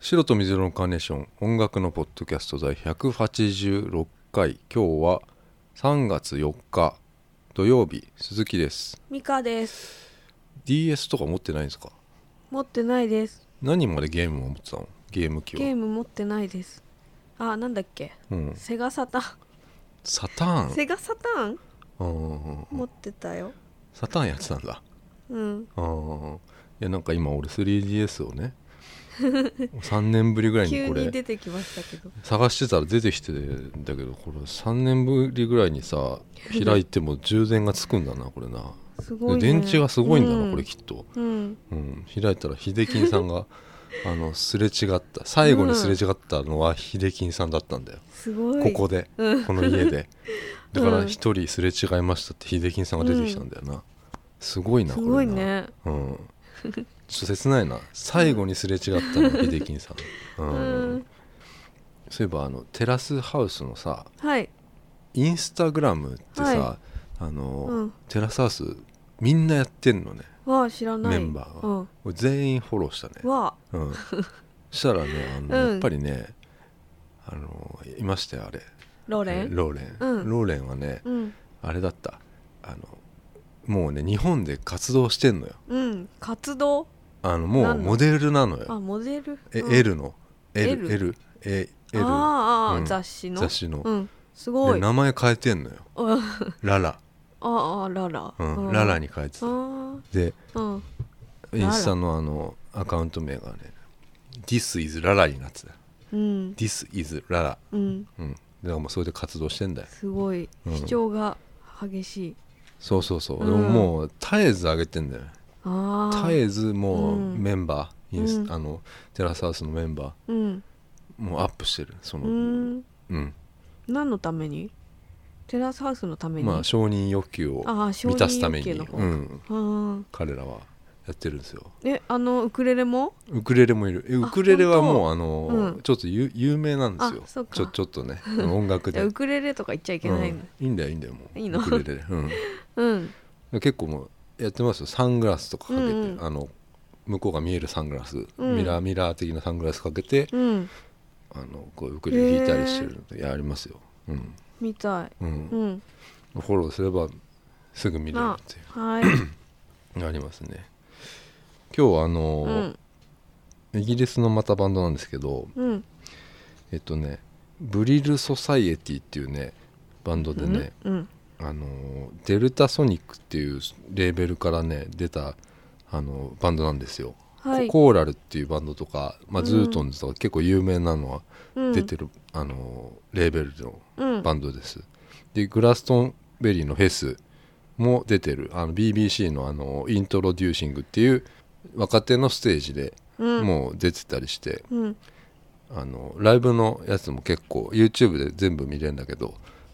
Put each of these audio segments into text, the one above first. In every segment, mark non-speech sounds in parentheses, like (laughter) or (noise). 白と水色のカーネーション音楽のポッドキャスト第186回今日は3月4日土曜日鈴木ですミカです。 DS とか持ってないんですか持ってないです。何までゲームを持ってたのゲーム機ゲはーム持ってないです。あ、なんだっけ。うんセガサタサターーン。ンセガサターンうんうんうん持ってたよ。サターンやってたんだうん。あーいやなんか今俺 3DS を (laughs) ね3年ぶりぐらいに急こにれ出てきましたけど。探してたら出てきてんだけどこれ3年ぶりぐらいに (laughs) さ開いても充電がつくんだなこれな、すでごい、ね。電池がすごいんだな、うこれ。きっと、うん。うん、開いたら秀樹さん (laughs) があのすれ違った最後にすれ違ったのは秀樹さんだったんだよ、すごい。ここで、うんこの家でだからうん一人すれ違いましたって秀樹さんが出てきたんだよな、すごいなすこごれいなね。うんちょっと切ないな最後にすれ違ったの秀樹さん、 (laughs) ううんん。そういえばあのテラスハウスのさはい。インスタグラムってさ、はあの、うんテラスハウスみんなやってんのねわあ、知らない。メンバーは。俺全員フォローしたねうん。わあ。うんしたらねあの、うんやっぱりねあのいましたよあれローレえン。ローレン、うんローレンはねうん。あれだったあのもうね日本で活動してんのようん。活動。あのもう何のモデルなのあ、よモデル。え、うん L の L LLL ああ、うん雑誌の。雑誌の、うん。すごでい。名前変えてんのようんララ、ああ、ララ。うん、ララに。に変えてあたあ。でうん。インスタのあのアカウント名がね「This is ララ」になってたうん「This is ララうん」うんだからもうそれで活動してんだよすごいうん主張が激しい、そうそうそう、うんでももう絶えず上げてんだよねああ絶えずもううんメンバー、インスうんあのテラスハウスのメンバうんーもうアップしてるそうのーんうん何のためにテラスハウスのために、まあ承認欲求をああ承認満たすために、欲求の方うん、あ彼らはやってるんですよーえあのウクレレもウクレレもいるえウクレレはもうあの、うんちょっと有有名なんですよあそうかちょちょっとね音楽いやでウクレレとか言っちゃいけないのうん、いいんだよいいんだよもういいのウクレレ、うん、うん、結構もうやってますよサングラスとかかけて、うんうんあの向こうが見えるサングラス、うんミラーミラー的なサングラスかけて、うんあのこうウクレレ弾いたりしてるのでやりますよ、うんみたいうんうんフォローすればすぐ見れるあっていはいうのありますね今日はあのうーんイギリスのまたバンドなんですけどうんえっとねブリル・ソサイエティっていうねバンドでね、うんあのーデルタソニックっていうレーベルからね出たあのバンドなんですよはいココーラルっていうバンドとか、まあ、うんズートンズとか結構有名なのはうん出てる、あのレーベルのうんバンドです、でグラストンベリーのフェスも出てるあの BBC のあのイントロデューシングっていう若手のステージでうんもう出てたりして、うんあのライブのやつも結構 YouTube で全部見れるんだけど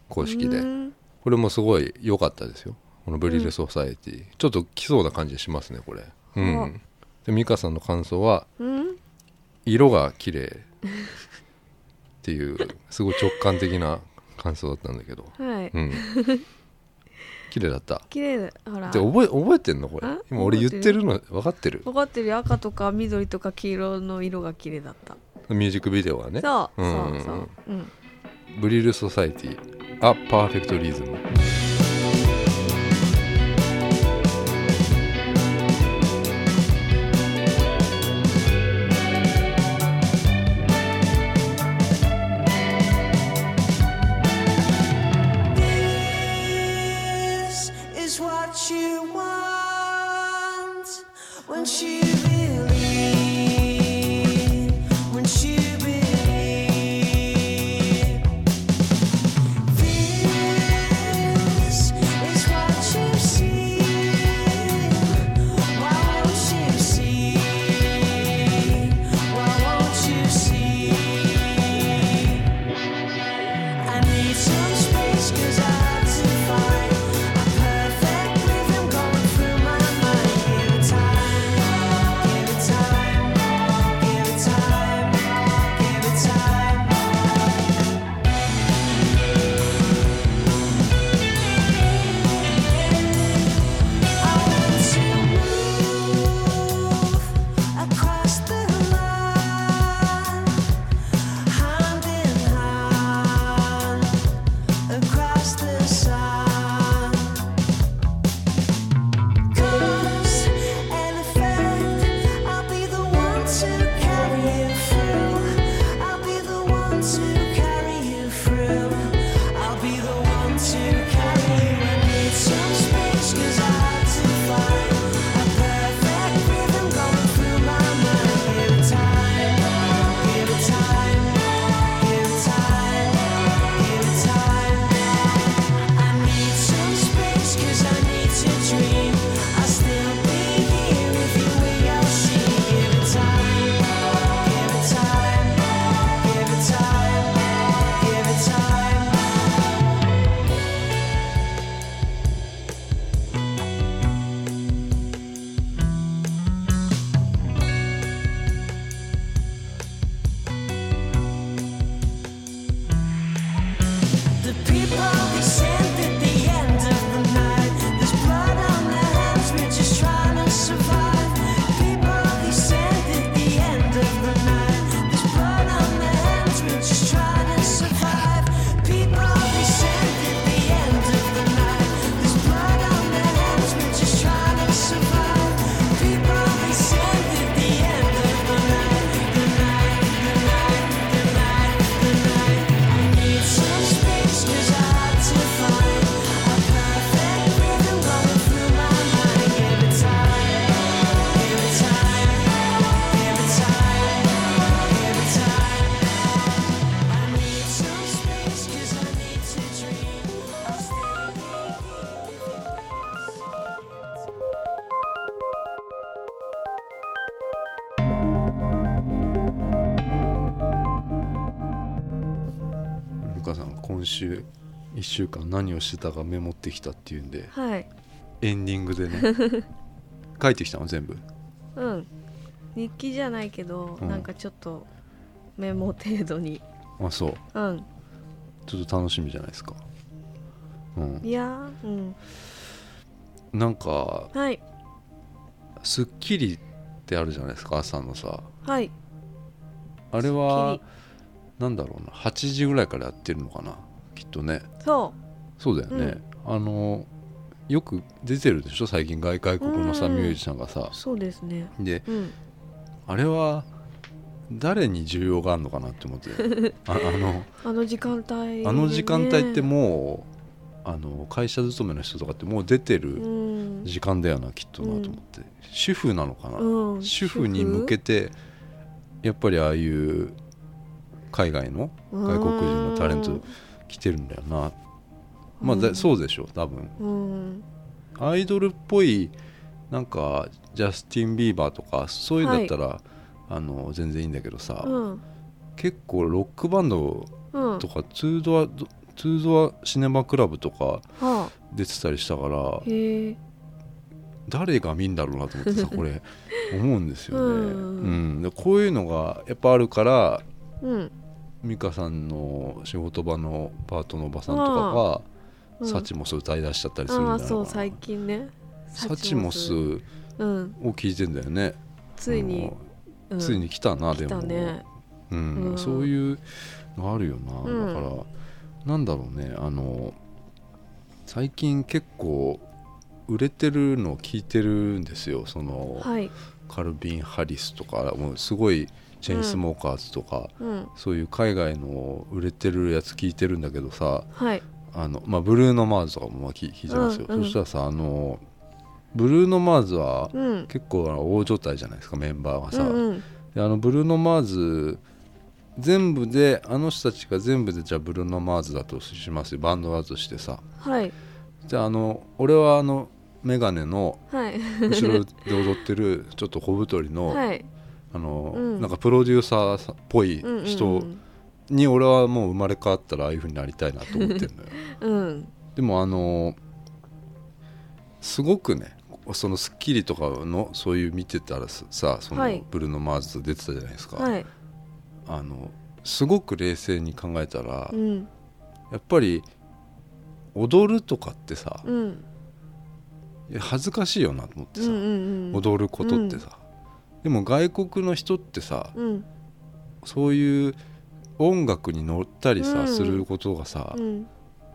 公式で、うんこれもすごい良かったですよこの「ブリル・ソサエティ」ちょっと来そうな感じしますねこれうはあんで美香さんの感想はうん色が綺麗っていうすごい直感的な感想だったんだけど、はい、うん、綺麗だった綺麗だほらで覚え覚えてんのこれあ今俺言ってるの分かってる分かってるよ赤とか緑とか黄色の色が綺麗だったミュージックビデオはねそう、うんそうそう、うん、ブリル・ソサエティあパーフェクトリズム This is what you want when you believe, when you believe. This 今週1週間何をしてたかメモってきたっていうんではいエンディングでね (laughs) 書いてきたの全部うん日記じゃないけど、うんなんかちょっとメモ程度にあそううんちょっと楽しみじゃないですかうんいやーうんなんかはい『スッキリ』ってあるじゃないですか朝のさはいあれはスッキなんだろうな8時ぐらいからやってるのかなきっとねそそうだよね、あのよく出てるでしょ最近外外国のさうんミュージシャンがさうそうですねでうんあれは誰に需要があるのかなって思って (laughs) ああのあの時間帯でね、あの時間帯ってもうあの会社勤めの人とかってもう出てうるん、時間だよなきっとなと思って、主婦なのかな、うん、主婦に向けてやっぱりああいう海外の外国人のタレント来てるんだよなまあだそうでしょう多分うんアイドルっぽいなんかジャスティン・ビーバーとかそういうんだったら、あの全然いいんだけどさ、うん結構ロックバンドうんとかツードアドツードアシネマクラブとかはあ出てたりしたからへえ誰が見んだろうなと思ってさこ (laughs) れ思うんですよね、うんうんでこういうのがやっぱあるからうん美香さんの仕事場のパートのおばさんとかうがんサチモス歌い出しちゃったりするんあだあそよう最近ねサチモスをうん聞いてんだよねついに、うんついに来たな、で来もたねうんうんそういうのあるよな、うんだからなんだろうねあの最近結構売れてるのを聞いてるんですよその、はいカルビン・ハリスとかもうすごいチェーンスモーカーズとか、うんそういう海外の売れてるやつ聞いてるんだけどさはいあの、まあ、ブルーノ・マーズとかもまあ聞聞いてますよ、うんうんそしたらさあのブルーノ・マーズはうん結構あの大所帯じゃないですかメンバーがさ、うんうんであのブルーノ・マーズ全部であの人たちが全部でじゃあブルーノ・マーズだとしますよバンドだとしてさはいじゃああの俺はあのメガネのはい後ろで踊ってるちょっと小太りの,、はいあのうんなんかプロデューサーっぽいうんうんうん人に俺はもう生まれ変わったらああいう風になりたいなと思って (laughs) るのようんでもあのすごくねその『スッキリ』とかのそういう見てたらさそのはいブルーノ・マーズと出てたじゃないですか、はいあのすごく冷静に考えたら、うんやっぱり踊るとかってさ、うんいや恥ずかしいよなと思ってうんうさ、んうん踊ることってさ、でも外国の人ってさうんそういう音楽に乗ったりさ、うんすることがさ、うん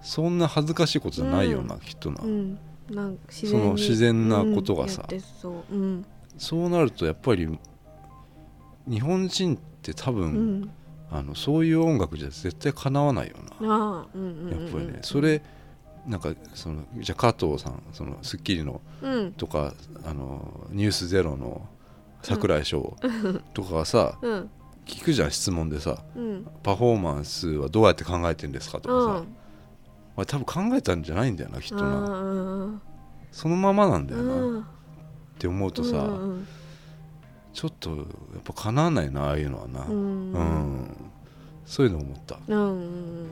そんな恥ずかしいことじゃないよな、きっとな、うんなんか自そ然のに自然なことがさうんやってそううんそうなるとやっぱり日本人って多う分、んあのそういう音楽じゃ絶対かなわないよな、ああうんうんやっうんぱりね、それなんかそのじゃあ加藤さんその『スッキリ』のうんとか「あのニュースゼロの櫻井翔とかがさ、うん聞くじゃん質問でさうん「パフォーマンスはどうやって考えてんですか?」とかさ、うんまあ、多分考えたんじゃないんだよなきっとなうんそのままなんだような、っんて思うとさ、うんちょっとやっぱ叶わないなああいうのはなううん、んうんそういうの思った、うん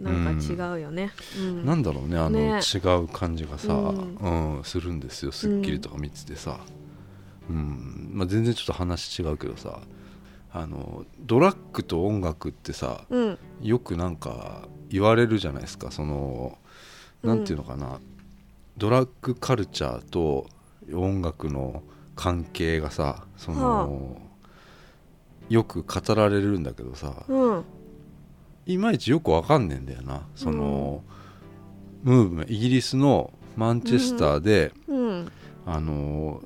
なんか違うよねうんなんだろうねあのね違う感じがさ、うんするんですよ『スッキリ』とか見ててさ、うんまあ、全然ちょっと話違うけどさあのドラッグと音楽ってさうんよくなんか言われるじゃないですかそのなんていうのかな、ドラッグカルチャーと音楽の関係がさその、よく語られるんだけどさ、うんいまいちよくわかんねえんだよなその、ムーブメントイギリスのマンチェスターで、うんあの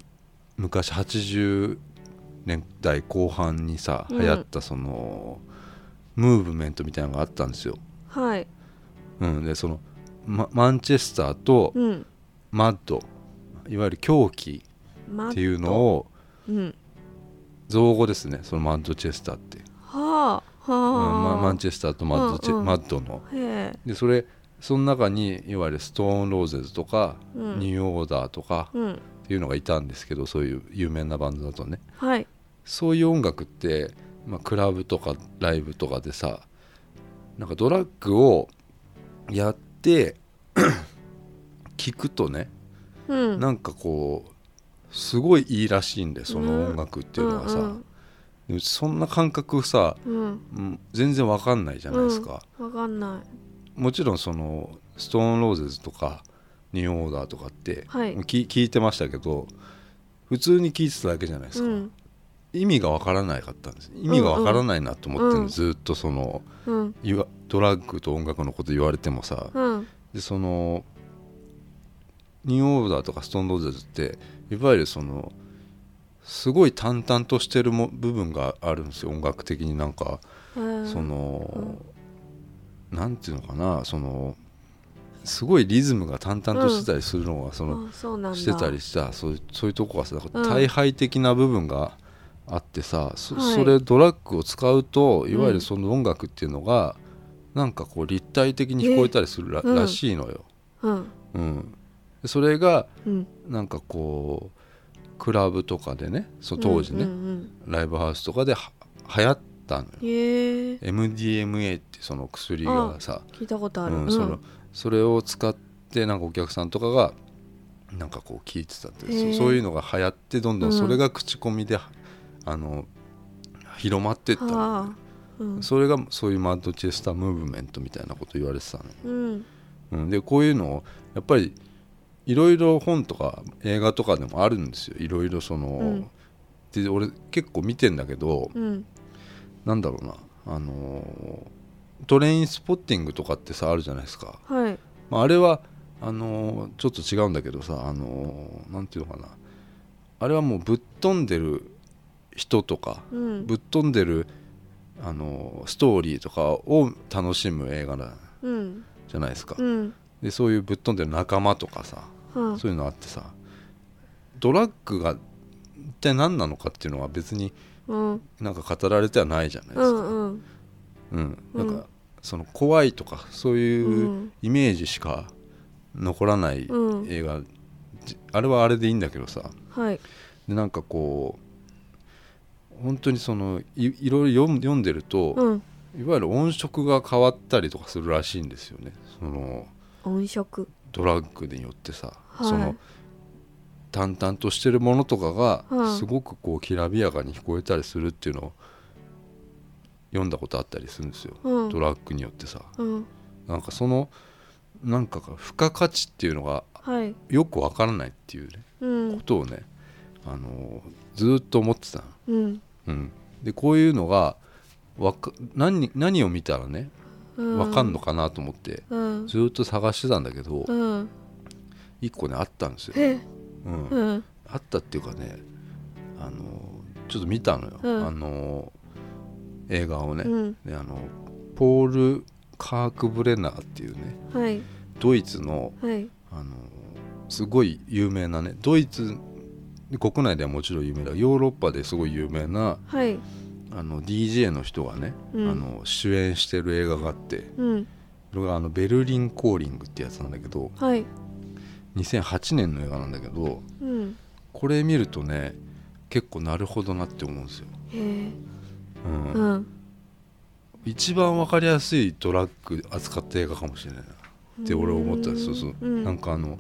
昔80年代後半にさうん流行ったその、ムーブメントみたいなのがあったんですよ、はいうん、でそのママンチェスターとうんマッドいわゆる狂気まっていうのをうん造語ですねそのマッドチェスターって、はあうんはあまマンチェスターとマッドチェ、うんうんマッドのへえでそれその中にいわゆるストーン・ローゼズとか、うんニューオーダーとかうんっていうのがいたんですけどそういう有名なバンドだとねはいそういう音楽って、まあ、クラブとかライブとかでさなんかドラッグをやって (coughs) 聞くとねうんなんかこうすごいいいらしいんでそのうん音楽っていうのはさ、ううんちそんな感覚さ、うんうん全然わかんないじゃないですか、わかんないもちろんそのストーンローゼズとかニューオーダーとかって、はいき聞いてましたけど普通に聞いてただけじゃないですうか、ん意味がわからないかったんです意味がわからないなと思ってるんです、ずっとそのうんいわドラッグと音楽のこと言われてもさ、うんでそのニューオーダーとかストーンローゼズっていわゆるそのすごい淡々としてるも部分があるんですよ音楽的になんか、うんその、なんていうのかなそのすごいリズムが淡々としてたりするのがその、あそうなんだしてたりしたそういうそういうとこがさだからうん大敗的な部分があってさ、そはいそれドラッグを使うといわゆうんるその音楽っていうのが、なんかこう立体的に聞こえたりするら,、えうんらしいのよ。うんうん、でそれがうんなんかこうクラブとかでねそう当時ね、うんうんライブハウスとかでは流行ったのようん。へえ MDMA ってその薬がさ、聞いたことあうるんそのそれを使ってなんかお客さんとかがなんかこう聞いてたって、へそえうそういうのが流行ってどんどんうんそれが口コミで、あの広まってったのはあうんそれがそういうマッドチェスタームーブメントみたいなこと言われてたのよ、うんうん、でこういうのをやっぱりいろいろ本とか映画とかでもあるんですよいろいろその、うんで俺結構見てんだけどうんなんだろうなあのートレインスポッティングとかってさあるじゃないですか、はいまあ、あれはあのーちょっと違うんだけどさ、あのーなんていうのかなあれはもうぶっ飛んでる人とか、うんぶっ飛んでる、あのーストーリーとかを楽しむ映画なうんじゃないですか、うんでそういうぶっ飛んでる仲間とかさはあそういうのあってさドラッグが一体何なのかっていうのは別にうんなんか語られてはないじゃないですうか、んうんうん、うなんんかその怖いとかそうういうんイメージしか残らないうん映画、じあれはあれでいいんだけどさはいでなんかこう本当にそのいいろいろ読む読んでると、うんいわゆる音色が変わったりとかするらしいんですよねその音色ドラッグによってさ、はいその淡々としてるものとかはがいすごくこうきらびやかに聞こえたりするっていうのを読んだことあったりするんですよ、うんドラッグによってさ。うんなんかそのなんかが付加価値っていうのがはいよくわからないっていうねうんことをね、あのずーっと思ってたの、うんうん、でこういうのがわか何何を見たらねうんわかんのかなと思って、うんずーっと探してたんだけど、うん一個ねあったんですよ、えうんうんあったっていうかねあのちょっと見たのよ、うんあの映画をね、うんであのポール・カークブレナーっていうねはいドイツのはいあのすごい有名なねドイツ国内ではもちろん有名だヨーロッパですごい有名なはいあの DJ の人がね、うんあの主演してる映画があってうんそれがあの「ベルリン・コーリング」ってやつなんだけどはい2008年の映画なんだけどうんこれ見るとね結構なるほどなって思うんですよ。へえうんうん一番わかりやすいドラッグ扱った映画かもしれないなって俺思ったんですよそううんなんかあの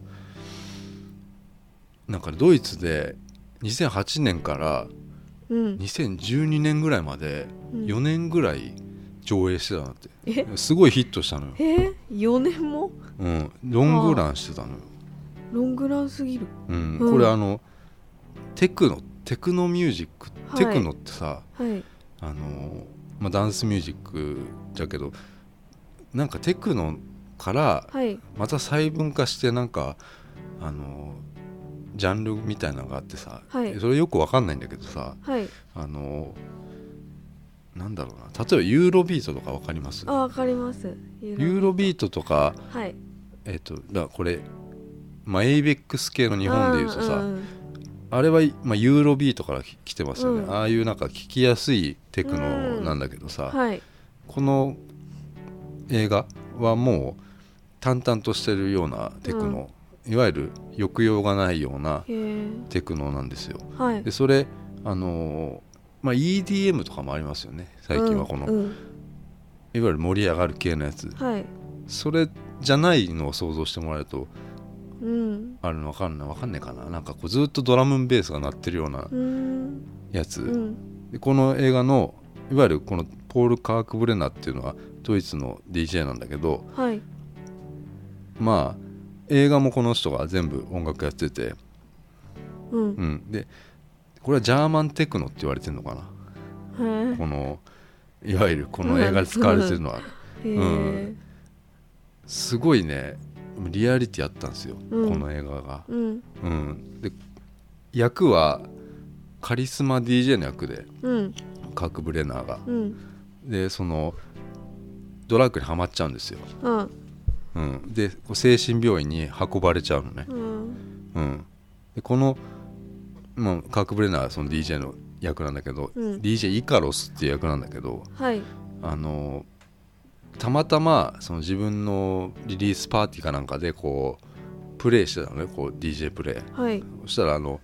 なんかドイツで2008年からうん2012年ぐらいまでうん4年ぐらい上映してたなって、えすごいヒットしたのよ、え4年もうん、ロングランしてたのよ、ロングランすぎるうんうんこれあのテクノテクノミュージック、はテいクノってさはいあの、まあ、ダンスミュージックだけどなんかテクノからはいまた細分化してなんかあのジャンルみたいなのがあってさ、はいそれよくわかんないんだけどさはいあのなんだろうな例えばユーロビートとかわかりますあわかりますユユーロビートとか、はいえっとだからこれ、まあ、エイベックス系の日本でいうとさあ,、んんれは、まあ、ユーロビートからき来てますよね、うんああいうなんか聞きやすいテクノなんだけどさ、はいこの映画はもう淡々としてるようなテクノ、いわゆる抑揚がないようなへえテクノなんですよはいでそれあのーまあ EDM とかもありますよね最近はこの、ういわんうんゆる盛り上がる系のやつはいそれじゃないのを想像してもらえるとうんあるの分かんない分かんないかななんかこうずっとドラムベースが鳴ってるようなうんやつ、うんでこの映画のいわゆるこのポール・カークブレナっていうのはドイツの DJ なんだけどはいまあ映画もこの人が全部音楽やってて、うんうん、でこれはジャーマンテクノって言われてるのかなへこのいわゆるこの映画で使われてるのはえうんすごいねリアリティあったんですよ、うんこの映画が、うんうん、で役はカリスマ DJ の役でうんカーク・ブレナーがうんでそのドラッグにはまっちゃうんですよ、あうん、でこう精神病院に運ばれちゃうのね、うんうん、でこの、まあ、カーク・ブレナーはその DJ の役なんだけど、うん DJ イカロスっていう役なんだけどはいあのたまたまその自分のリリースパーティーかなんかでこうプレイしてたのねこう DJ プレイはいそしたらあの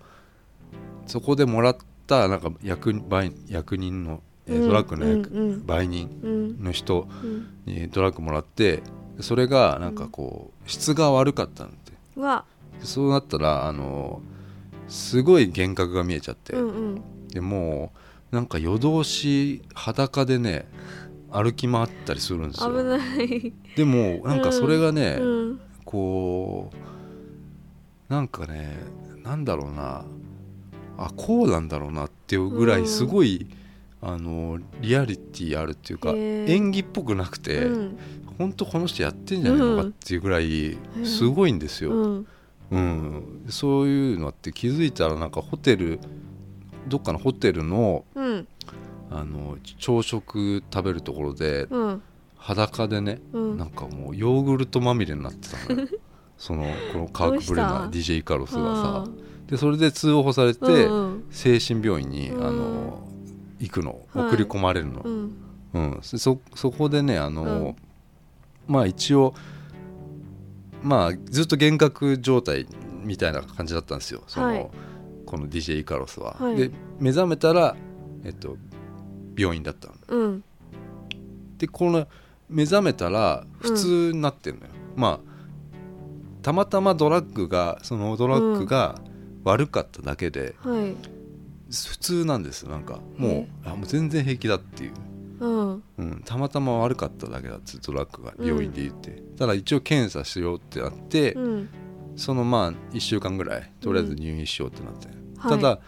そこでもらったなんか役売役人の、えーうんドラッグの役、うんうん売人うんの人うんにドラッグもらってそれがなんかこう質が悪かったんだってはでそうなったらあのすごい幻覚が見えちゃって、うんうんでもうなんか夜通し裸でね歩き回ったりするんです危よないでもなんかそれがね、うんこうなんかねなんだろうなあこうなんだろうなっていうぐらうんいすごい、あのリアリティあるっていうかへー演技っぽくなくて、うん本当この人やってんじゃないのかっていうぐらいうんすごいんですよ。うんうん、そういうのあって気づいたらなんかホテルどっかのホテルのうんあの朝食食べるところでうん裸でね、うんなんかもうヨーグルトまみれになってたの (laughs) よそのこのカーク・ブレナーどう DJ イカロスがあさでそれで通報されて、ーうん精神病院に、うんあの行くのはい送り込まれるの、うんうん、そそそこでねあの、まあ一応まあずっと幻覚状態みたいな感じだったんですよその、はいこの DJ イカロスは。はいで目覚めたら、えっと、病院だったの。うんでこの目覚めたら普通になってるのよ。まあたまたまドラッグがそのドラッグが悪かっただけで、はい普通なんですなんかもへうあもう全然平気だっていう。うんうん、たまたま悪かっただけだってドラッグが病院で言って、ただ一応検査しようってなって、うんそのまあ1週間ぐらいとりあえず入院しようってなって、はいただ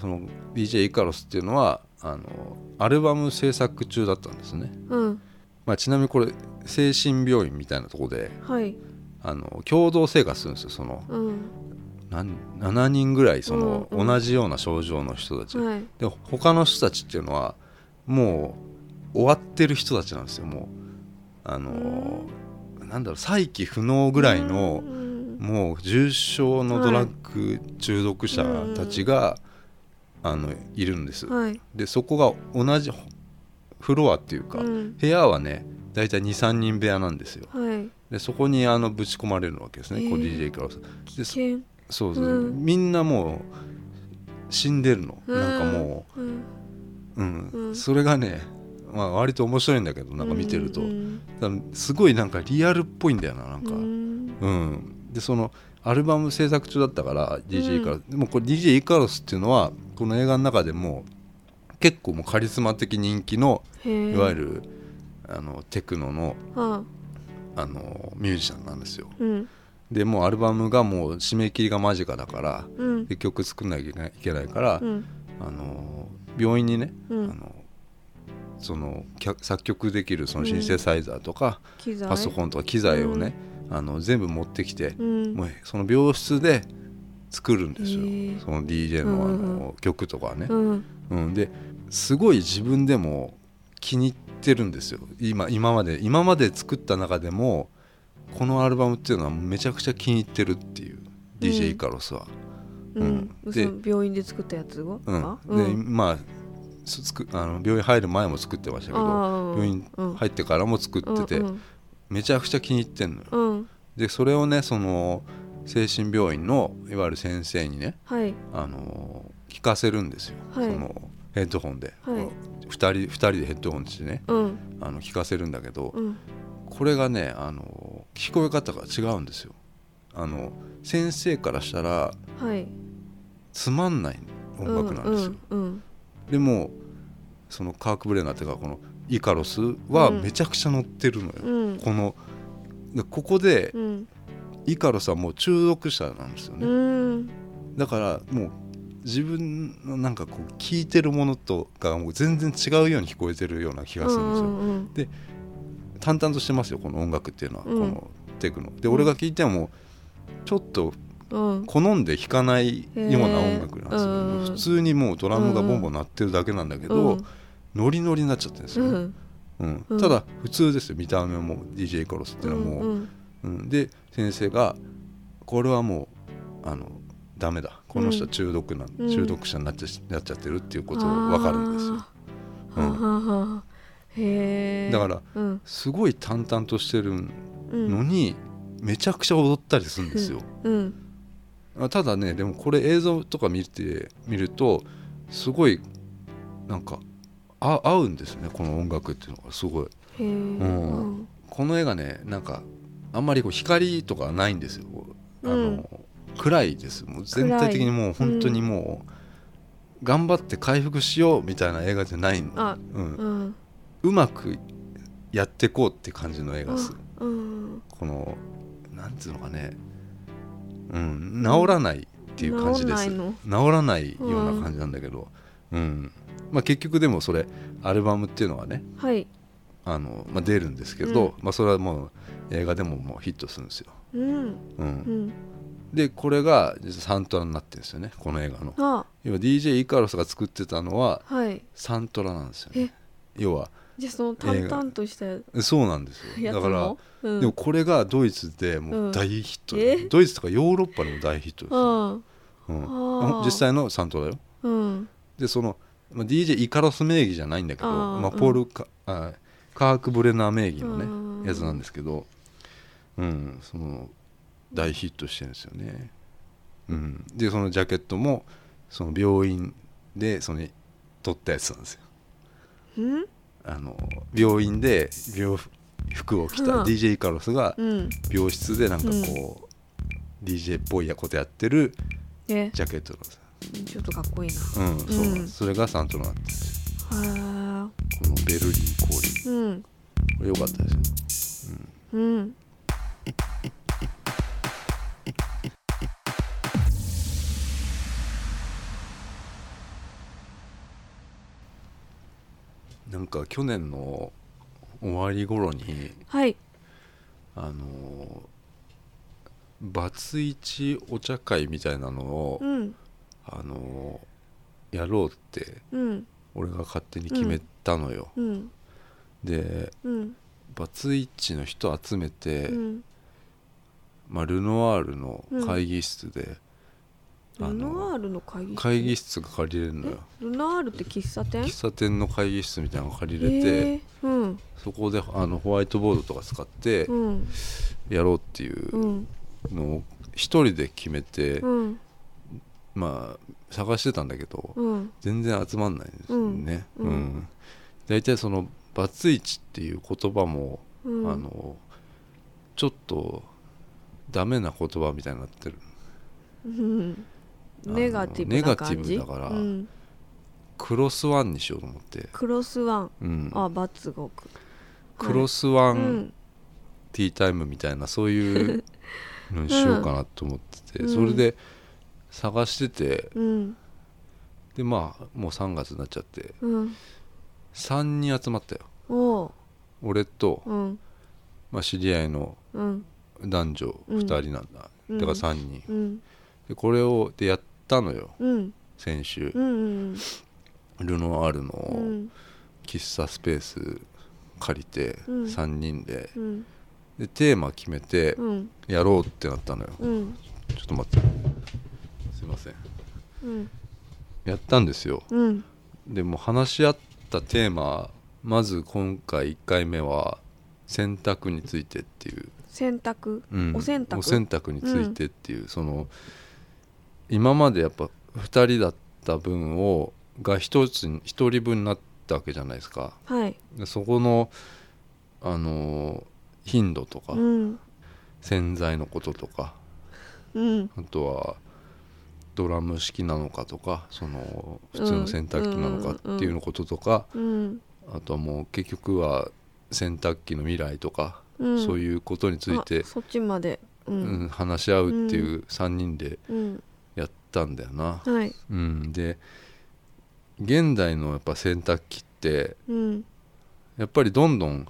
その DJ イカロスっていうのはあのアルバム制作中だったんですね、うんまあ、ちなみにこれ精神病院みたいなとこではいあの共同生活するんですよそのうんなん7人ぐらいその、うんうん同じような症状の人たち、はいで他の人たちっていうのはもう終わってる人たちなんですよもうあのーなんだろう再起不能ぐらいのうんもう重症のドラッグ中毒者たちが、あのいるんです、はいでそこが同じフロアっていうか、うん部屋はね大体23人部屋なんですよはいでそこにあのぶち込まれるわけですね、こうえ DJ からで危険そうそう、うんみんなもう死んでるの、なんかもううんうんうんそれがね、まあ、割と面白いんだけどなんか見てると、うんだからすごいなんかリアルっぽいんだよななんうか、うんんでそのアルバム制作中だったからう DJ イんカロス、でもこれ DJ イカロスっていうのはこの映画の中でも結構もうカリスマ的人気のいいわゆる、あのテクノのああのミュージシャンなんですようんでもうアルバムがもう締め切りが間近だからうんで曲作んなきゃいけないいけないから、うんあの病院にねうあんのその客作曲できるそのシンセサイザーとか、機材パソコンとか機材をね、あの全部持ってきて、うんもうその病室で作るんですよ、へーその DJ のあうんうんの曲とかねう、んうんですごい自分でも気に入ってるんですよ今今まで今まで作った中でもこのアルバムっていうのはめちゃくちゃ気に入ってるっていう、DJ イカロスは。ううんんでその病院で作ったやつがうんうでんまあすつくあの病院入る前も作ってましたけどあー病院うん入ってからも作ってて、うんめちゃくちゃ気に入ってんのよ。うんうんでそれをねその精神病院のいわゆる先生にね、はいあのー聞かせるんですよ、はいそのヘッドホンで、はい2人二人でヘッドホンしてねうんあの聞かせるんだけど、うんこれがねあの聞こえ方が違うんですよあの先生からしたらはいつまんない音楽なんですよ、うんうんでもそのカーク・ブレナーっていうかこのイカロスはうんめちゃくちゃ乗ってるのよ、うんこのでここでうんイカロスはもう中毒者なんですようね、んだからもう自分のなんかこう聞いてるものとがもう全然違うように聞こえてるような気がするんですよ、うん淡々としてますよこの音楽っていうのは、うんこのテクノでうん俺が聞いてもちょっとうんうん好んで弾かないような音楽なんですよ、へーうん普通にもうドラムがボンボン鳴ってるだけなんだけど、うんノリノリになっちゃってるんですうよね、んうんうんただ普通ですよ見た目も DJ コロスっていうのはもう、うんうんで先生が「これはもうあのダメだこの人は中毒なん、うん中毒者になっちゃなっちゃってる」っていうことが分かるんですよ。あーうんはははへえだからうんすごい淡々としてるうのんに、めちゃくちゃ踊ったりするんですよ。うんあただねでもこれ映像とか見て見るとすごいなんかあ合うんですねこの音楽っていうのがすごい。へえうんこの絵がねなんかあんまりこう光とかないんですよあの、うん暗いですもう全体的にもう本当にもう、頑張って回復しようみたいな映画じゃないのあうん、うんうまくやってこうって感じの映画ですうんこのなんつうのかねうん治らないっていう感じです治らないの治らないような感じなんだけど、うんまあ、結局でもそれアルバムっていうのはねはいあの、まあ、出るんですけど、まあ、それはもう映画でももうヒットするんですよ、うんうんうんでこれが実はサントラになってるんですよねこの映画のあ要は DJ イカロスが作ってたのははいサントラなんですよね要はじゃあその淡々としたやそうなんですよつだからもうんでもこれがドイツでもう大ヒットで、うんえドイツとかヨーロッパでも大ヒットですうよ、うんんあー実際のサントラようんでその、まあ、DJ イカロス名義じゃないんだけどあーまあ、うんポールカ,あー、カーク・ブレナー名義のね、うんやつなんですけど、うん、その大ヒットしてるんですよね、うん、でそのジャケットもその病院でその撮ったやつなんですようんあの病院で病服を着たうん DJ イカロスがうん病室でなんかこう、DJ っぽいことやってるえジャケットなんですよ、ちょっとかっこいいなうんそうなんでうんすそれがサントラなんですはあこのベルリン降臨うんこれ良かったですようんなんか去年の終わり頃にはいあのーバツイチお茶会みたいなのを、うんあのーやろうってうん俺が勝手に決めたのよ、うんでうんバツイチの人集めて、うんまあ、ルノワールの会議室で、あルのノワールの会議室会議室が借りれるのえよルノワールって喫茶店喫茶店の会議室みたいなの借りれて、えーうんそこであのホワイトボードとか使ってうんやろうっていううんのを一人で決めて、うんまあ探してたんだけど、うん全然集まんないんですよね。うんうん大体その「バツイチ」っていう言葉も、うんあのちょっとダメな言葉みたいになってるうんネガティあブのネガなティ感ブじだからうんクロスワンにしようと思って、クロスワンうんあバツゴククロスワワンティータイムみたいなそういうのにしようかなと思ってて、うんそれで探しててうんでまあもう3月になっちゃってうん3人集まったよおう俺と、うんまあ、知り合いのうん男女2人なんだ、うんだから3人、うんでこれをでやったのようん先週う、んルノアールうのん喫茶スペース借りてうん3人で,、うんでテーマ決めてうんやろうってなったのよ、うんちょっと待ってすいませんうんやったんですようんでも話し合ったテーマまず今回1回目は選択についてっていう洗濯うんお洗濯お洗濯についてっていう、その今までやっぱ2人だった分をが1つに一人分になったわけじゃないですかはいでそこのあのー頻度とか、うん洗剤のこととかうんあとはドラム式なのかとかその普通の洗濯機なのかっていうのこととか、うんあとはもう結局は洗濯機の未来とか、うんそういうことについてあ、そっちまでううんん話し合うっていう3人でうんやったんだよな。はいうん、で現代のやっぱ洗濯機ってうんやっぱりどんどん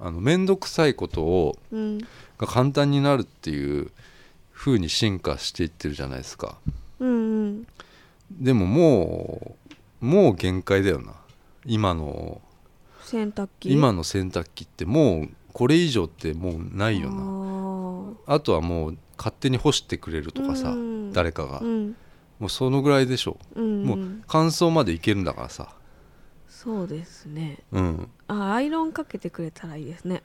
あの面倒くさいことをうんが簡単になるっていう風に進化していってるじゃないですかうんうんでももうもう限界だよな今の洗濯機今の洗濯機ってもうこれ以上ってもうないよななあとはもう勝手に干してくれるとかさ、うん誰かが、うんもうそのぐらいでしょうんもうんう乾燥までいけるんだからさそうですねうんあアイロンかけてくれたらいいですね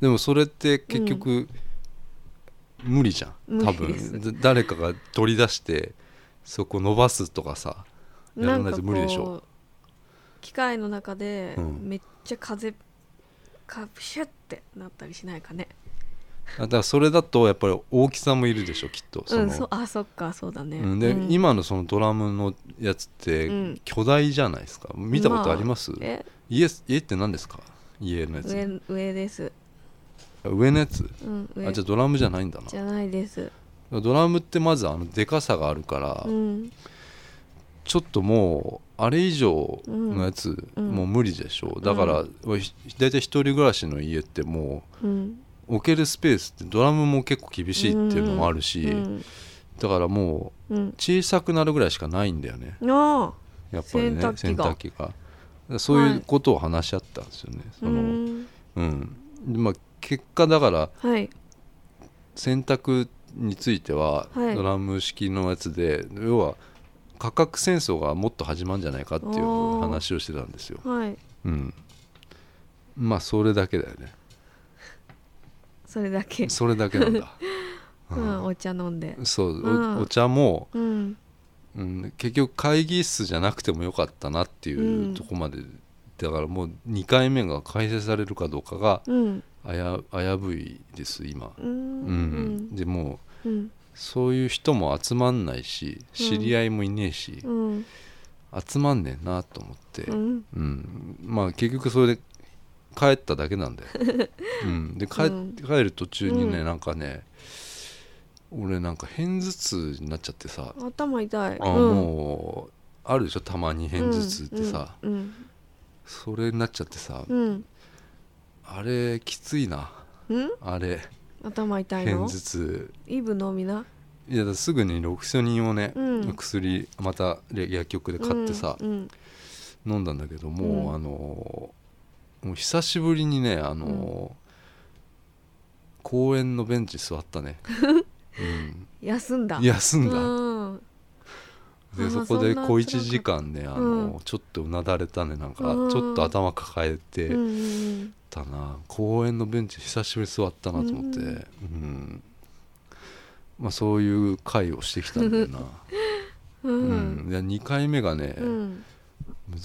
でもそれって結局、無理じゃん多無理です分だ誰かが取り出してそこ伸ばすとかさやらないと無理でしなょんかこう機械の中でうんめっちゃ風かプシュってなったりしないかねあだからそれだとやっぱり大きさもいるでしょきっとうそんのそ、あそっかそうだねうんで、うん今のそのドラムのやつっうてん巨大じゃないですか見たことあります、あえ家家って何ですか家のやつ上上です上のやつうん上あじゃあドラムじゃないんだじなゃないですドラムってまずあのでかさがあるから、うんちょっともうあれ以上のやつ、うんもう無理でしょうだから、ひ大体一人暮らしの家ってもうんう置けるスペースってドラムも結構厳しいっていうのもあるし、うんだからもううん小さくなるぐらいしかないんだよねあやっぱりね洗洗濯濯機機ががだからそういうことを話し合ったんですよね、あうそのうんんでまあ、結果だからはい洗濯についてははいドラム式のやつで、要は価格戦争がもっと始まるんじゃないかっていうおー話をしてたんですよはいうんまあそれだけだよねそれだけそれだけなんだ、ううんんお茶飲んでそううんおお茶も、うんうん、結局会議室じゃなくてもよかったなっていううんとこまで、だからもう2回目が開催されるかどうかがうん危う危ぶいです今、ううんんでもううんそういう人も集まんないし知り合いもいねえし、うん集まんねえなと思って、うんうん、まあ結局それで帰っただけなん (laughs) だよ、うん、で帰,、うん帰る途中にねうんなんかね、俺なんか片頭痛になっちゃってさ、頭痛いあうんもうあるでしょたまに片頭痛ってさ、うんそれになっちゃってさ、うん、あれきついなうんうんあれ頭痛い片の頭痛イブ飲みないやだからすぐにロキソニンをね、うん薬また薬局で買ってさ、うんうん飲んだんだけどもう、うんあのーもう久しぶりにねあのー、公園のベンチ座った (laughs) ね、休んうだん、休んだ、うんであそこでそんな小1時間ねあのーうんちょっとうなだれたねなんかうんちょっと頭抱えてうんうんたな、公園のベンチ久しぶりに座ったなと思って、ううんんまあ、そういう会をしてきたんだよな、 (laughs) ううんんいや2回目がね、うん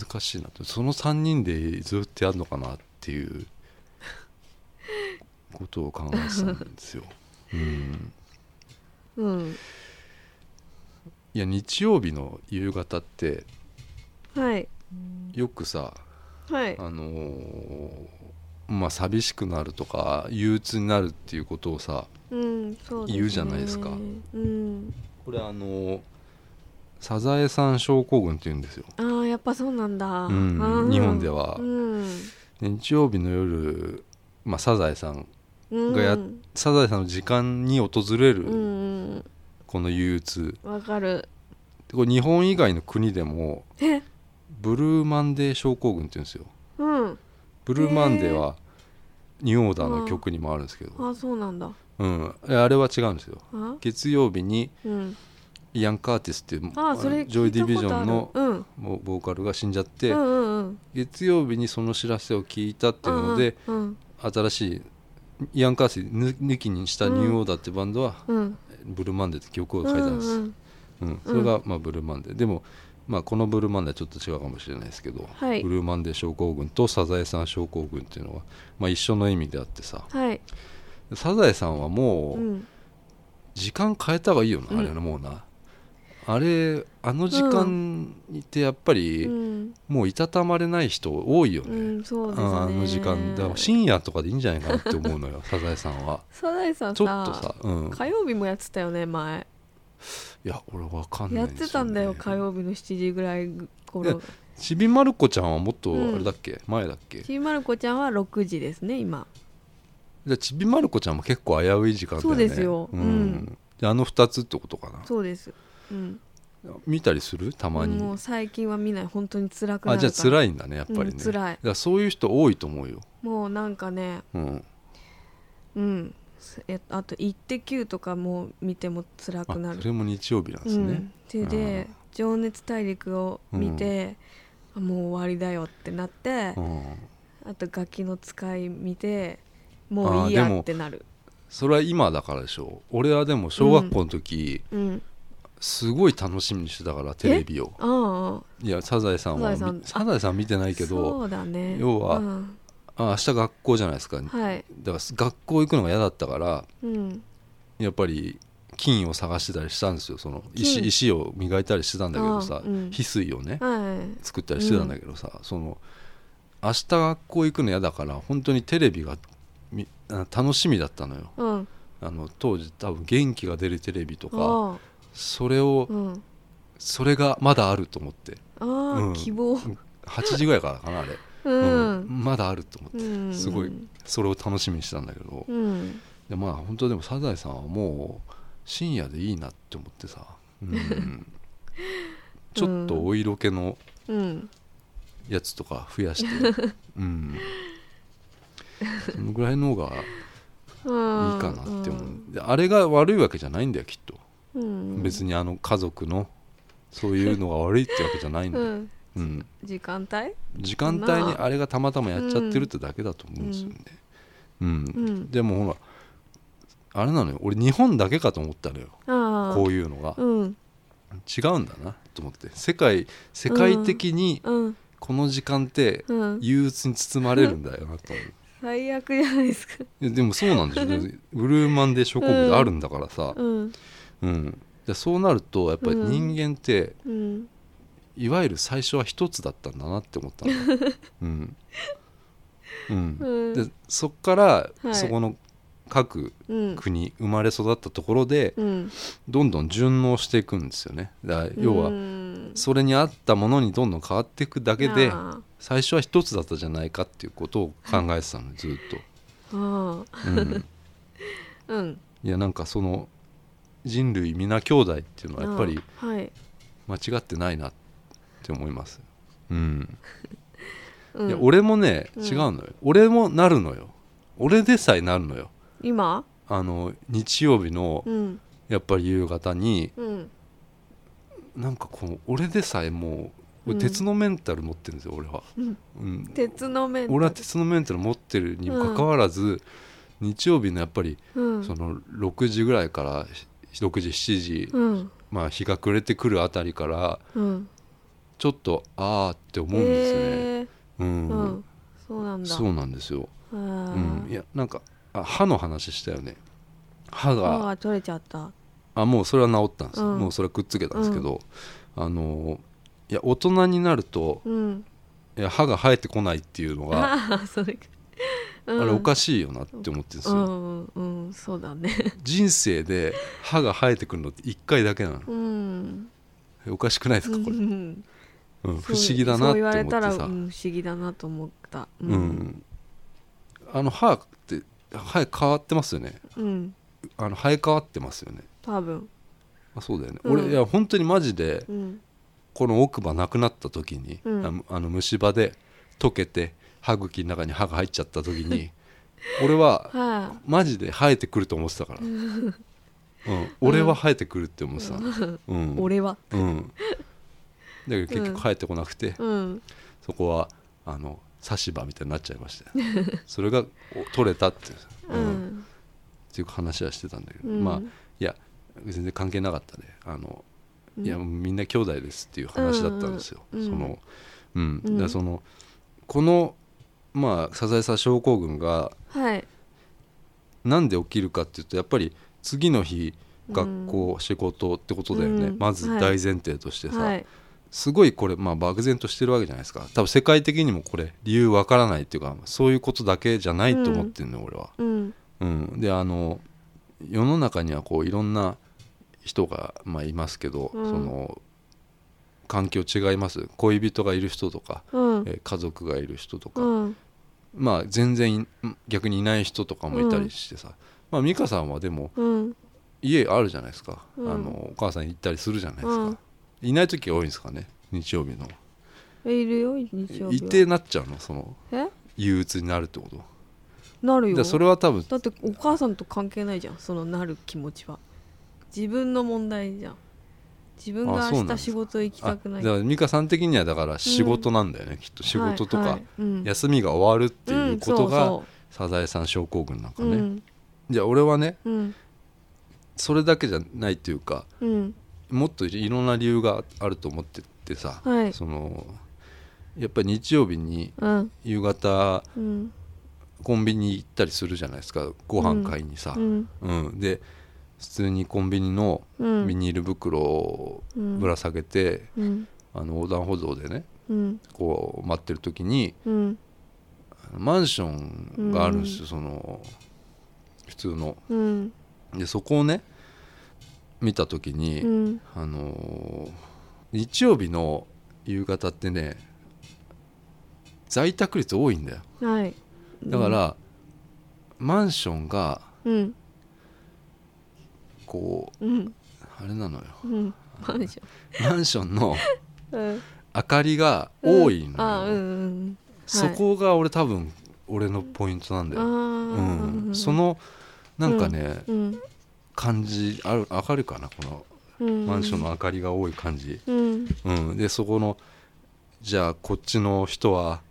難しいなとその3人でずっとやるのかなっていうことを考えてたんですよ。 (laughs) うん、うんいや日曜日の夕方ってはいよくさ、はいあのーまあ、寂しくなるとか憂鬱になるっていうことをさうんそうですね言うじゃないですかうんこれあのーサザエさん症候群って言うんですよ。ああやっぱそうなんだうんあー日本ではうんで日曜日の夜、まあ、サザエさんうんがやっうんサザエさんの時間に訪れうるんこの憂鬱、わかるでこれ日本以外の国でもえブルーマンデー症候群って言うんですようんブルーマンデーはニューオーダーの曲にもあるんですけど、あそうなんだうん、あれは違うんですよあ月曜日にうんイアン・カーティスっていうあーそれジョイ・ディビジョンの聞いたことあるうんボボーカルが死んじゃって、うんうんうん月曜日にその知らせを聞いたっていうので、うんうん新しいイアン・カーティス抜抜きにしたニューオーダーってバンドはうんブルーマンデーって曲を書いたんです、うんうん、それがまあブルーマンデーでもまあ、このブルーマンデーはちょっと違うかもしれないですけど、はいブルーマンデー症候群とサザエさん症候群っていうのは、まあ、一緒の意味であってさはいサザエさんはもううん時間変えた方がいいよな、うんあれのもうなあれあの時間ってやっぱうりん、もういたたまれない人多いようね、ん、そうですねあの時間だから深夜とかでいいんじゃないかなって思うの (laughs) よサザエさんはサザエさんちょさっとさ、うん、火曜日もやってたよね前いや俺わかんないやんっですよねてたんだよ火曜日の7時ぐらい頃ちびまる子ちゃんはもっとあれだっけ、前だっけちびまる子ちゃんは6時ですね今じゃあちびまる子ちゃんも結構危うい時間だよねそうですようんうんであの2つってことかなそうですうん見たりするたまに、もう最近は見ない本当に辛くなあるじゃかあら辛いんだねやっぱりね、うん辛いだからそういう人多いと思うよ、もうなんかねうん、うんえあと「イッテ Q!」とかも見ても辛あくなるそれも日曜日なんですうねん、、それでうん「情熱大陸」を見て、あもう終わりだよってなって、うん、あと「ガキの使い」見てもういいやあーでもってなるそれは今だからでしょ俺はでも小学校の時、うんすごい楽しみにしてたからテレビをあいやサザエさんはみサザエさんサザエさん見てなあいけそどうだね要はうんあ明日学校じゃないですか、はいだから学校行くのが嫌だったからうんやっぱり金を探してたりしたんですよその石金石を磨いたりしてたんだけどさあ、ーうん翡翠をねはい作ったりしてたんだけどさ、その明日学校行くの嫌だから本当にテレビがみあ楽しみだったのようんあの当時多分元気が出るテレビとかあそれをあうんそれがまだあると思ってああ、うん希望8時ぐらいからかなあれ、ううんん、まだあると思って、うん、すごいそれを楽しみにしてたんだけど、うんでまあ本当でもサザエさんはもう深夜でいいなって思ってさ、うんちょっとお色気のうんやつとか増や (laughs) して、うん、そのぐらいの方がいうんいかなって思う、であれが悪いわけじゃないんだよきっと、うん、別にあの家族のそういうのが悪いってわけじゃないんだうよ、ん、 (laughs) うん時間帯時間帯にあれがたまたまやっちゃってるってだけだと思うんですよね、うんうんでもほらあれなのよ俺日本だけかと思ったのよああこういうのがう、うん違うんだなと思って世界世界的にうんこの時間ってうん憂鬱に包まれるんだよなと思う最悪じゃないですかいやでもそうなんですよブルーマンデー諸国であるんだからさ、うんうん、でそうなるとやっぱり人間って、うんいわゆる最初は一つだったんだなって思っ (laughs) たんだよ、うんうんうんでそっから、はいそこの各うん国生まれ育ったところでうんどんどん順応していくんですよねだから要は、うんそれに合ったものにどんどん変わっていくだけであ最初は一つだったじゃないかっていうことを考えてたのずっああと、うん、あうんいやなんかその人類皆兄弟っていうのはやっぱりああはい間違ってないなって思いますうん、うんいや俺もねうん違うのよ、俺もなるのよ俺でさえなるのよ今あの日曜日のうんやっぱり夕方にうんなんかこう俺でさえもううん俺鉄のメンタル持ってるんですよ俺は、うんうん、鉄の面俺は鉄のメンタル持ってるにもかかわらず、日曜日のやっぱりうんその6時ぐらいから6時7時、うんまあ日が暮れてくるあたりからうんちょっとああって思うんですね、へえうん、うんそうなんだそうなんですよ、あうあん、いやなんかあ歯の話したよね歯歯がが取れちゃったあもうそれは治ったんです、うんもうそれはくっつけたんですけど、あのいや大人になるとうんいや歯が生えてこないっていうのが、あ (laughs) あそれかあれおしかしいよなって思ってるんですうよ、んうんうんそうだね人生で歯が生えてくるのって1回だけなのうんえおかしくないですかこれ、ううんん不思議だなそうって思言わってれたら、うん、不さ、思議だなと思ったううんあの歯って生え変わってますよねうんあの生え変わってますよね多分あそうだよね、うん俺いや本当にマジでうんこの奥歯なくなった時に、うんあのあの虫歯で溶けて歯茎の中に歯が入っちゃった時に俺ははマジで生えてくると思ってたから、うん、俺は生えてくるって思ってた、うんい、俺はうん、だけど結局生えてこなくて、うんそこはあの差し歯みたいになっちゃいました (laughs) それがお取れたっていう、ううんっんていう話はしてたんだけど、うんまあいや全然関係なかったねあのうんいやもうみんな兄弟ですっていう話だったんですよ。うんうんそのうん、うんだからそのこの、まあ、サザエさ症候群がはいなんで起きるかっていうとやっぱり次の日学校、仕事ってことだよね、うんまずはい大前提としてさ、はいすごいこれ、まあ、漠然としてるわけじゃないですか多分世界的にもこれ理由わからないっていうかそういうことだけじゃないと思ってるの、俺は。うんうん、であの世の中にはこういろんな人が、まあ、いますけど、うんその環境違います恋人がいる人とか、うんえー家族がいる人とか、うんまあ、全然い逆にいない人とかもいたりしてさ、まあ、美香さんはでもうん家あるじゃないですか、うんあのお母さん行ったりするじゃないですか、うんいない時が多いんですかね日曜日のいるよ日曜日いはてなっちゃうのそのえ憂鬱になるってことなるだよからそれは多分だってお母さんと関係ないじゃんそのなる気持ちは自分の問題じゃん自分あそがうな明んで日す仕事行きたあくないだから美香さん的にはだから仕事なんだよね、きっと仕事とか、はいはいうん休みが終わるっていうことが、うんそうサザエさん症候群なんかそうね、うんじゃあ俺はねうんそれだけじゃないっていうかうんもっといろんな理由があると思っててさ、はいそのやっぱり日曜日にうん夕方うんコンビニ行ったりするじゃないですかご飯買いにさ、ううんんで普通にコンビニのうんビニール袋をうんぶら下げて、うんあの横断歩道でねうんこう待ってる時にうんマンションがあるんですよ、その普通のうんでそこをね見た時に、うんあのー日曜日の夕方ってね在宅率多いんだよはいだから、マンションがうんこうんうあれなのようんマンシマンションのョンうん明かりが多いあのうよ、んうんそこが俺多分俺のポイントなんだあよ、うん、そのなんかね、うん感じある明るいかなこのうんマンションの明かりが多い感じ、うんうん、でそこのじゃあこっちの人は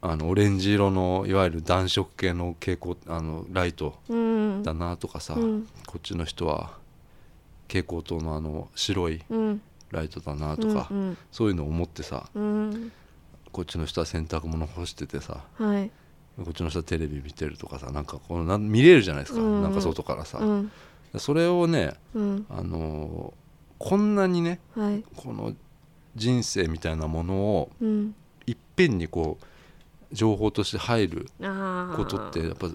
あのオレンジ色のいわゆる暖色系の蛍光あのライトうんだなとかさ、うんこっちの人は蛍光灯のあの白いうんライトだなとか、うんそういうのを思ってさうんこっちの人は洗濯物干しててさはいこっちの人はテレビ見てるとかさなんかこのなん見れるじゃないですか、うんうんなんか外からさ、うんそれをね、うんあのーこんなにねはいこの人生みたいなものをうんいっぺんにこう情報として入るああことってやっぱおや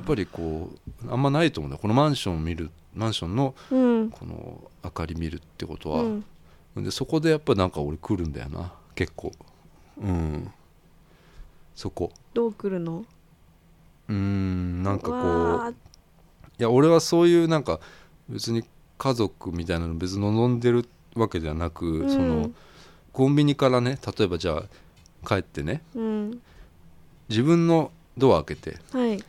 っぱりこうあんまないと思うんだよこのマンションを見るマンションのうんこの明かり見るってことうは、んでそこでやっぱなんか俺来るんだよな結構うんそこどう来るのうーんなんかこわういや俺はそういうなんか別に家族みたいなの別に望んでるわけではなく、うんそのコンビニからね例えばじゃあ帰ってねーうん自分のドア開けてはい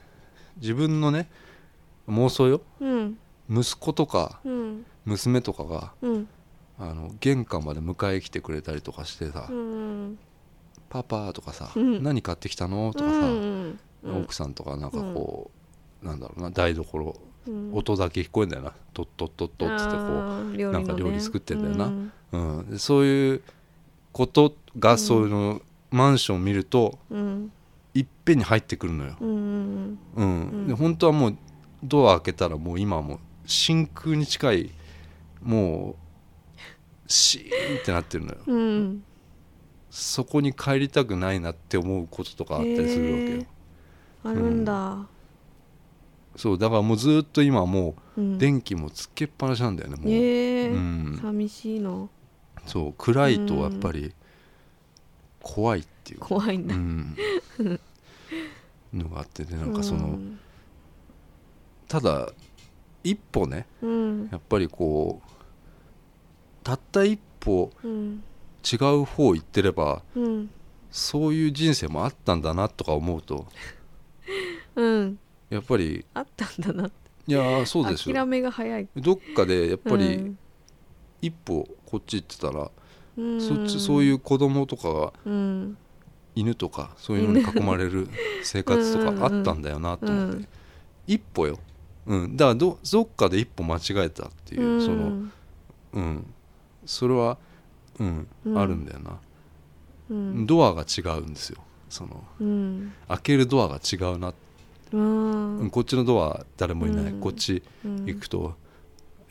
自分のね妄想ようん息子とかうん娘とかがうんあの玄関まで迎え来てくれたりとかしてさ「うんパパ」とかさ、うん何買ってきたの?」とかさ、うんうん奥さんとかなんかこう、なんだろうな台所うん音だけ聞こえんだよな「トットットット」っつってこう。あー料理のなんねか料理作ってんだよなうんうん、でそういうことがそういうの、マンションを見るとうんいっぺんに入ってくるのよ、うんうんうんうんで本当はもうドア開けたらもう今はもう真空に近いもうシーンってなってるのようんうんそこに帰りたくないなって思うこととかあったりするわけよ、へーあるんだそうだからもうずっと今もうんう電気もつけっぱなしなんだよねもう、ええうん寂しいのそう暗いとやっぱり怖いっていうか怖いんうだん、のがあってねなんかその、うんただ一歩ねうんやっぱりこうたった一歩うん違う方行ってればうんそういう人生もあったんだなとか思うとうんやっぱりあったんだなっていやーそうです諦よめが早いやっどっかでやっぱり一歩こっち行ってたら、そっちそういう子供とかがうん犬とかそういうのに囲まれる生活とかあったんだよなと思って、うん一歩よ、うん、だからどどっかで一歩間違えたっていう、そのうんうん、それはうん、うんあるんだよなうんドアが違うんですよそのうん開けるドアが違うな、うんこっちのドア誰もいない、うんこっちうん行くと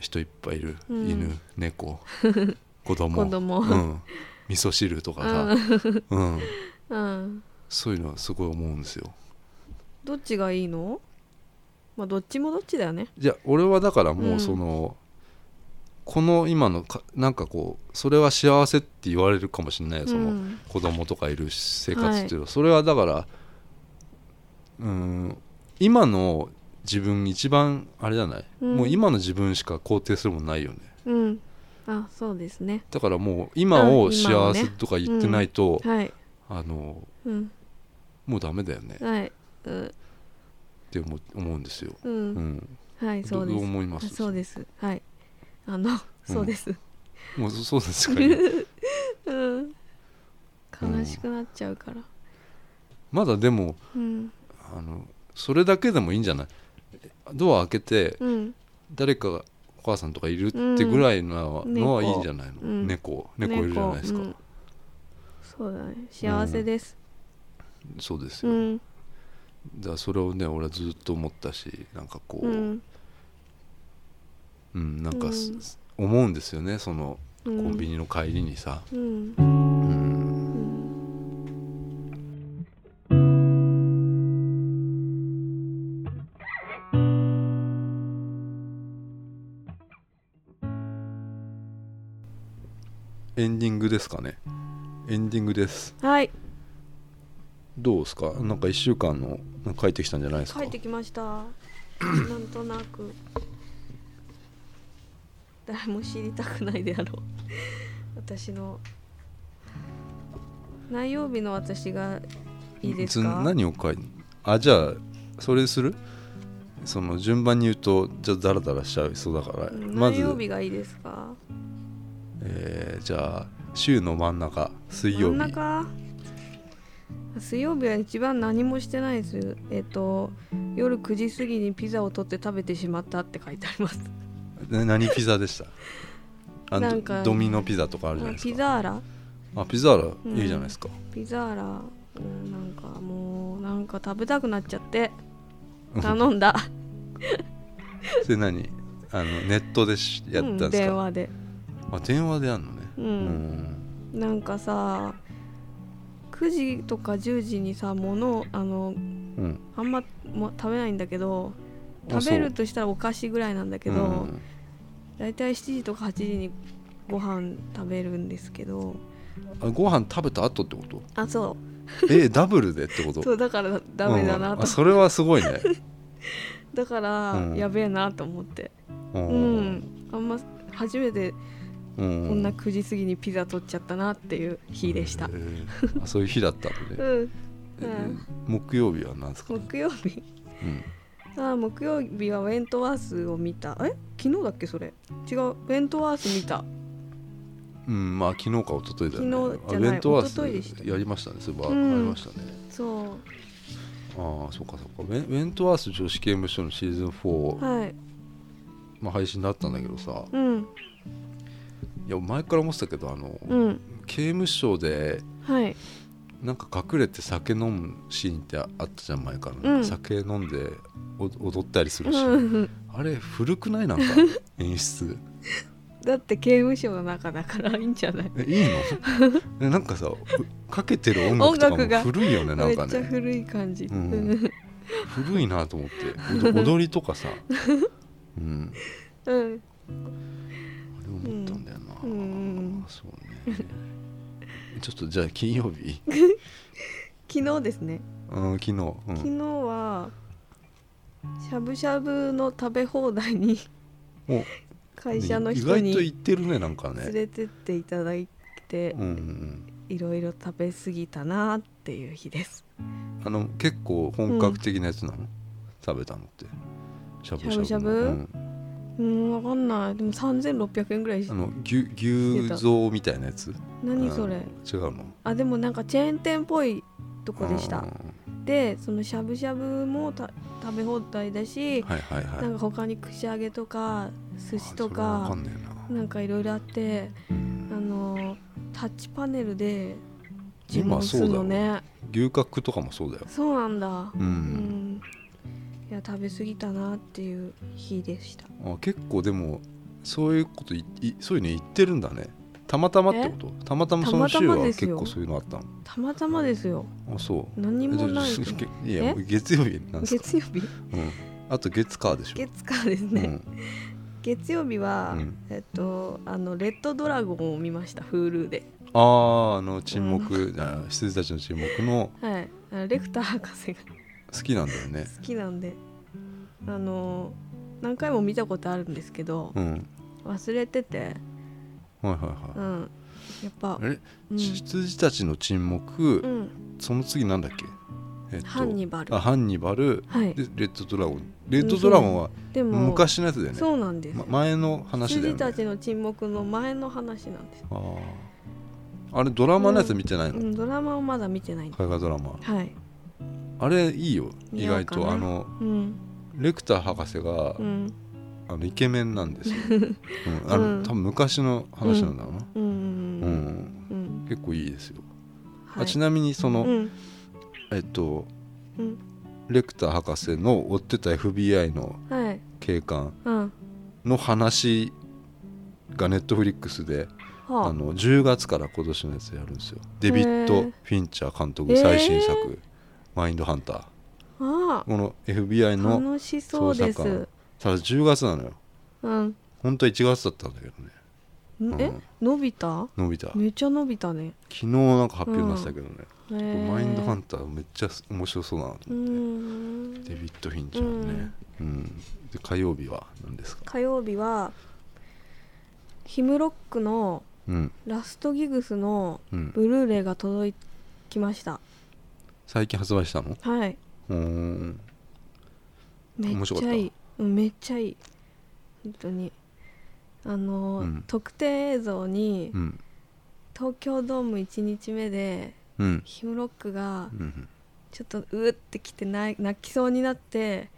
人いっぱいいる、うん犬 (laughs) 猫子供子供うん、味噌汁とかさ、うん、うんそういうのはすごい思うんですよどっちがいいのまあどっちもどっちだよねじゃあ俺はだからもうんうその、この今のかなんかこうそれは幸せって言われるかもしれないその、うん子供とかいる生活っていうのは、それはだからうーん今の自分一番あれじゃない、うんもう今の自分しか肯定するもんないよねうんあそうですねだからもう今をうん今幸をねせとか言ってないと、はいあのうんもうダメだよねっはいうんて思う思うんですよ、う、うんん、はいどそううでどうす思いまあすそうですはいあの、そうですもうそそうですか (laughs) ねうん悲しくなっちゃうからまだでもうんあのそれだけでもいいんじゃないドア開けてうん誰かがお母さんとかいるってぐらいのは,、うんのは猫いいんじゃないの、うん猫猫いるじゃないですか、うんそうだね幸せですそうですうよ、んだからそれをね俺はずっと思ったしなんかこう、ううんんなんかす、うん思うんですよねそのココンビニの帰りにさ、うんうんうんエンディングですかねエンディングですはいどうですかなんか1週間のなんか帰ってきたんじゃないですか帰ってきました (clears throat) なんとなく誰も知りたくないであろう私の何曜日の私がいいですつか何を書いあじゃあそれするその順番に言うとじゃあダラダラしちゃいそうだから、うんま何ず曜、日がいいですかえーじゃあ週の真ん中水真曜ん日中水曜日は一番何もしてないですえっ、と夜9時過ぎにピザを取って食べてしまったって書いてありますな何ピザでしたあなのんかドミノピザとかあるじゃないですかピザーラあピザーうんラいいじゃないですか、ピザーラうんなんかもうなんか食べたくなっちゃって (laughs) 頼んだそれ何あのネットでしやったんですか、うん電話であ電話でやんのねうんうんなんかさ9時とか10時にさ物をあのうんあんまも食べないんだけどあ食べるとしたらお菓子ぐらいなんだけうどん大体7時とか8時にご飯食べるんですけどあご飯食べた後ってことあそえダブルでってこうとそうだからダメだなうんとあそれはすごい (laughs) ねだからうんやべえなと思ってううんんあんま初めてうこんな9時過ぎにピザ取っちゃったなっていう日でしたへーあそういう日だったの (laughs) うで、えんー木曜日は何ですか、木曜日 (laughs) うんあー木曜日はウェントワースを見たえ昨日だっけそれ違うウェントワース見たうん、まあ昨日か一昨日だよね昨日じゃないあベントワー一昨日でしスたやりましたねそういえばあうんりましたね、そああそうかそうかウェンウェントワース女子刑務所のシーズン4、うはいまあ、配信だったんだけどさうんいや前から思ってたけどあの、うん刑務所ではいなんか隠れて酒飲むシーンってあったじゃん前から、うん酒飲んでお踊ったりするし、うんあれ古くないなんか演出だって刑務所の中だからいいんじゃないえいいの (laughs) えなんかさうかけてる音楽と音楽かがも古いよねなめんっかちゃね古い感じ、うん古いなと思って (laughs) 踊踊りとかさうんあうんれ思ったんだよな、うんうんそうねちょっとじゃあ金曜 (laughs) 日、昨日ですねうん、昨日、う昨ん、日はしゃぶしゃぶの食べ放題にお会社の意人外と言にってるねなんか連ねれてっていただいてうんうんいろいろ食べ過ぎたなっていう日ですうんあの結構本格的なやつなの、食べたのってしゃぶしゃぶのしゃぶしゃぶうん、うんわかんないでも3600円ぐらいしあの牛牛蔵みたいなやつ何それあの違うのあでもなんかチェーン店っぽいとこでしうたんでそのしゃぶしゃぶもた食べ放題だしはいはいはいなんか他に串揚げとか寿司とあそれはわかかんねえななんかいろいろあってうんあのタッチパネルで注今文するのね牛角とかもそうだよそうなんだう、うんんいや食べ過ぎたなっていう日でしたあ結構でもそういうこといいそういうの言ってるんだねたまたまってことたまたまその週たまはたまです結よ構そういうのあったのたまたまですよあそう何にもないけどじゃあいや月曜日なんですか、月曜日うん、あと月火でしょ月火ですね、月曜日は、うんえっとあのレッドドラゴンを見ました Hulu であああの沈黙、あ羊たちの沈黙のはいあのレクター博士が好きなんだよね好きなんであの何回も見たことあるんですけどうん忘れててはいはいうはい、んやっぱあれ、うん、羊たちの沈黙、うん、その次なんだっけえっとハンニバルあハンニバルはいでレッドドラゴンレッドドラゴンはでも昔のやつだよねそうなんですよ、ま前の話だよ羊ねたちの沈黙の前の話なんです、あーあれドラマのやつ見てないの、うん、ドラマをまだ見てないんで海外ドラマはいあれいいよ見意よ外うかなとあのうんレクター博士が、うんあのイケメンなん (laughs) ですよ、うん、あの、うん多分昔の話なんだろうな、うんううんんうん結構いいですよ、はいあちなみにその、うんえっとうんレクター博士の追ってた FBI のはい警官うんの話がネットフリックスであはの10月から今年のやつやるんですよデビッへド・ーフィンチャー監へ督ー最新作「マインドハンターああ」この FBI あの楽しそうです捜査ただ10月なのようん本当は1月だったんだけどねんうえん伸びた伸びた昨めっちゃ伸びたね日なんか発表になってたけどね、へこえれマインドハンターめっちゃ面白そうだなとうー思って、んデビッド・フィンチャーね、うんで火曜日は何ですか、火曜日はヒムロックのうんラストギグスのうん、ブルーレイが届きました最近発売したのはいうーんめっ面白ちかっゃたいいうんめっちゃいい本当にあの、うん特典映像にうん東京ドーム1日目でうんヒムロックがうんちょっとうってきて泣い泣きそうになって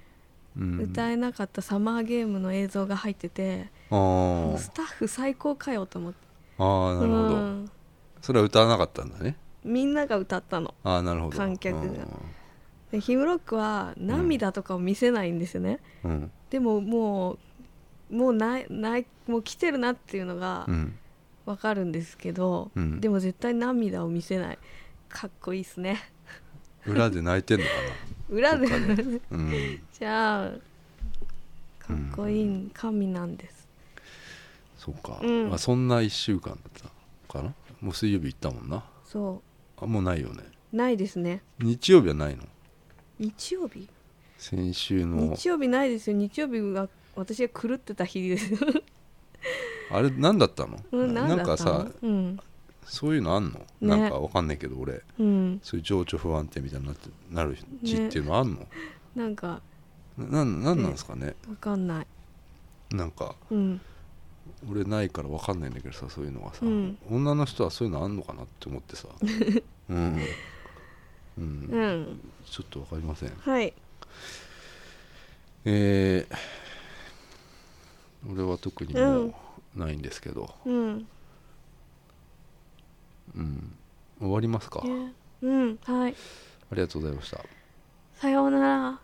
うん歌えなかったサマーゲームの映像が入ってて、あースタッフ最高かよと思ってあーなるほど、うんそれは歌わなかったんだねみんなが歌ったのああなるほど観客がうでヒムロックは涙とかを見せないんですよね、んうんでももうもうないないもう来てるなっていうのがうんわかるんですけど、うんでも絶対涙を見せないかっこいいっすね裏で泣いてんのか裏で (laughs) な、うん、じゃあかっこいいん神なんです、そうか、うんあそんな1週間だったのかなもう水曜日行ったもんなそあもうないよねうないですね日曜日はないの日曜日先週の日曜日ないですよ日曜日が私が狂ってた日 (laughs) です、あれ何だったの、うん、な何んだかったのさうん、そういうのあんの、なんかわかんないけど俺うん、そういう情緒不安定みたいになってなる日っていうのあんの、なんかななんなんなんですかねわかんないなんかうん俺ないからわかんないんだけどさそういうのがさ、うん女の人はそういうのあんのかなって思って (laughs) さうん、うんうんちょっとわかりませんはいえー、俺は特にもうないんですけど、うんうん、終わりますかねうんはあいりがとうございましたさようなら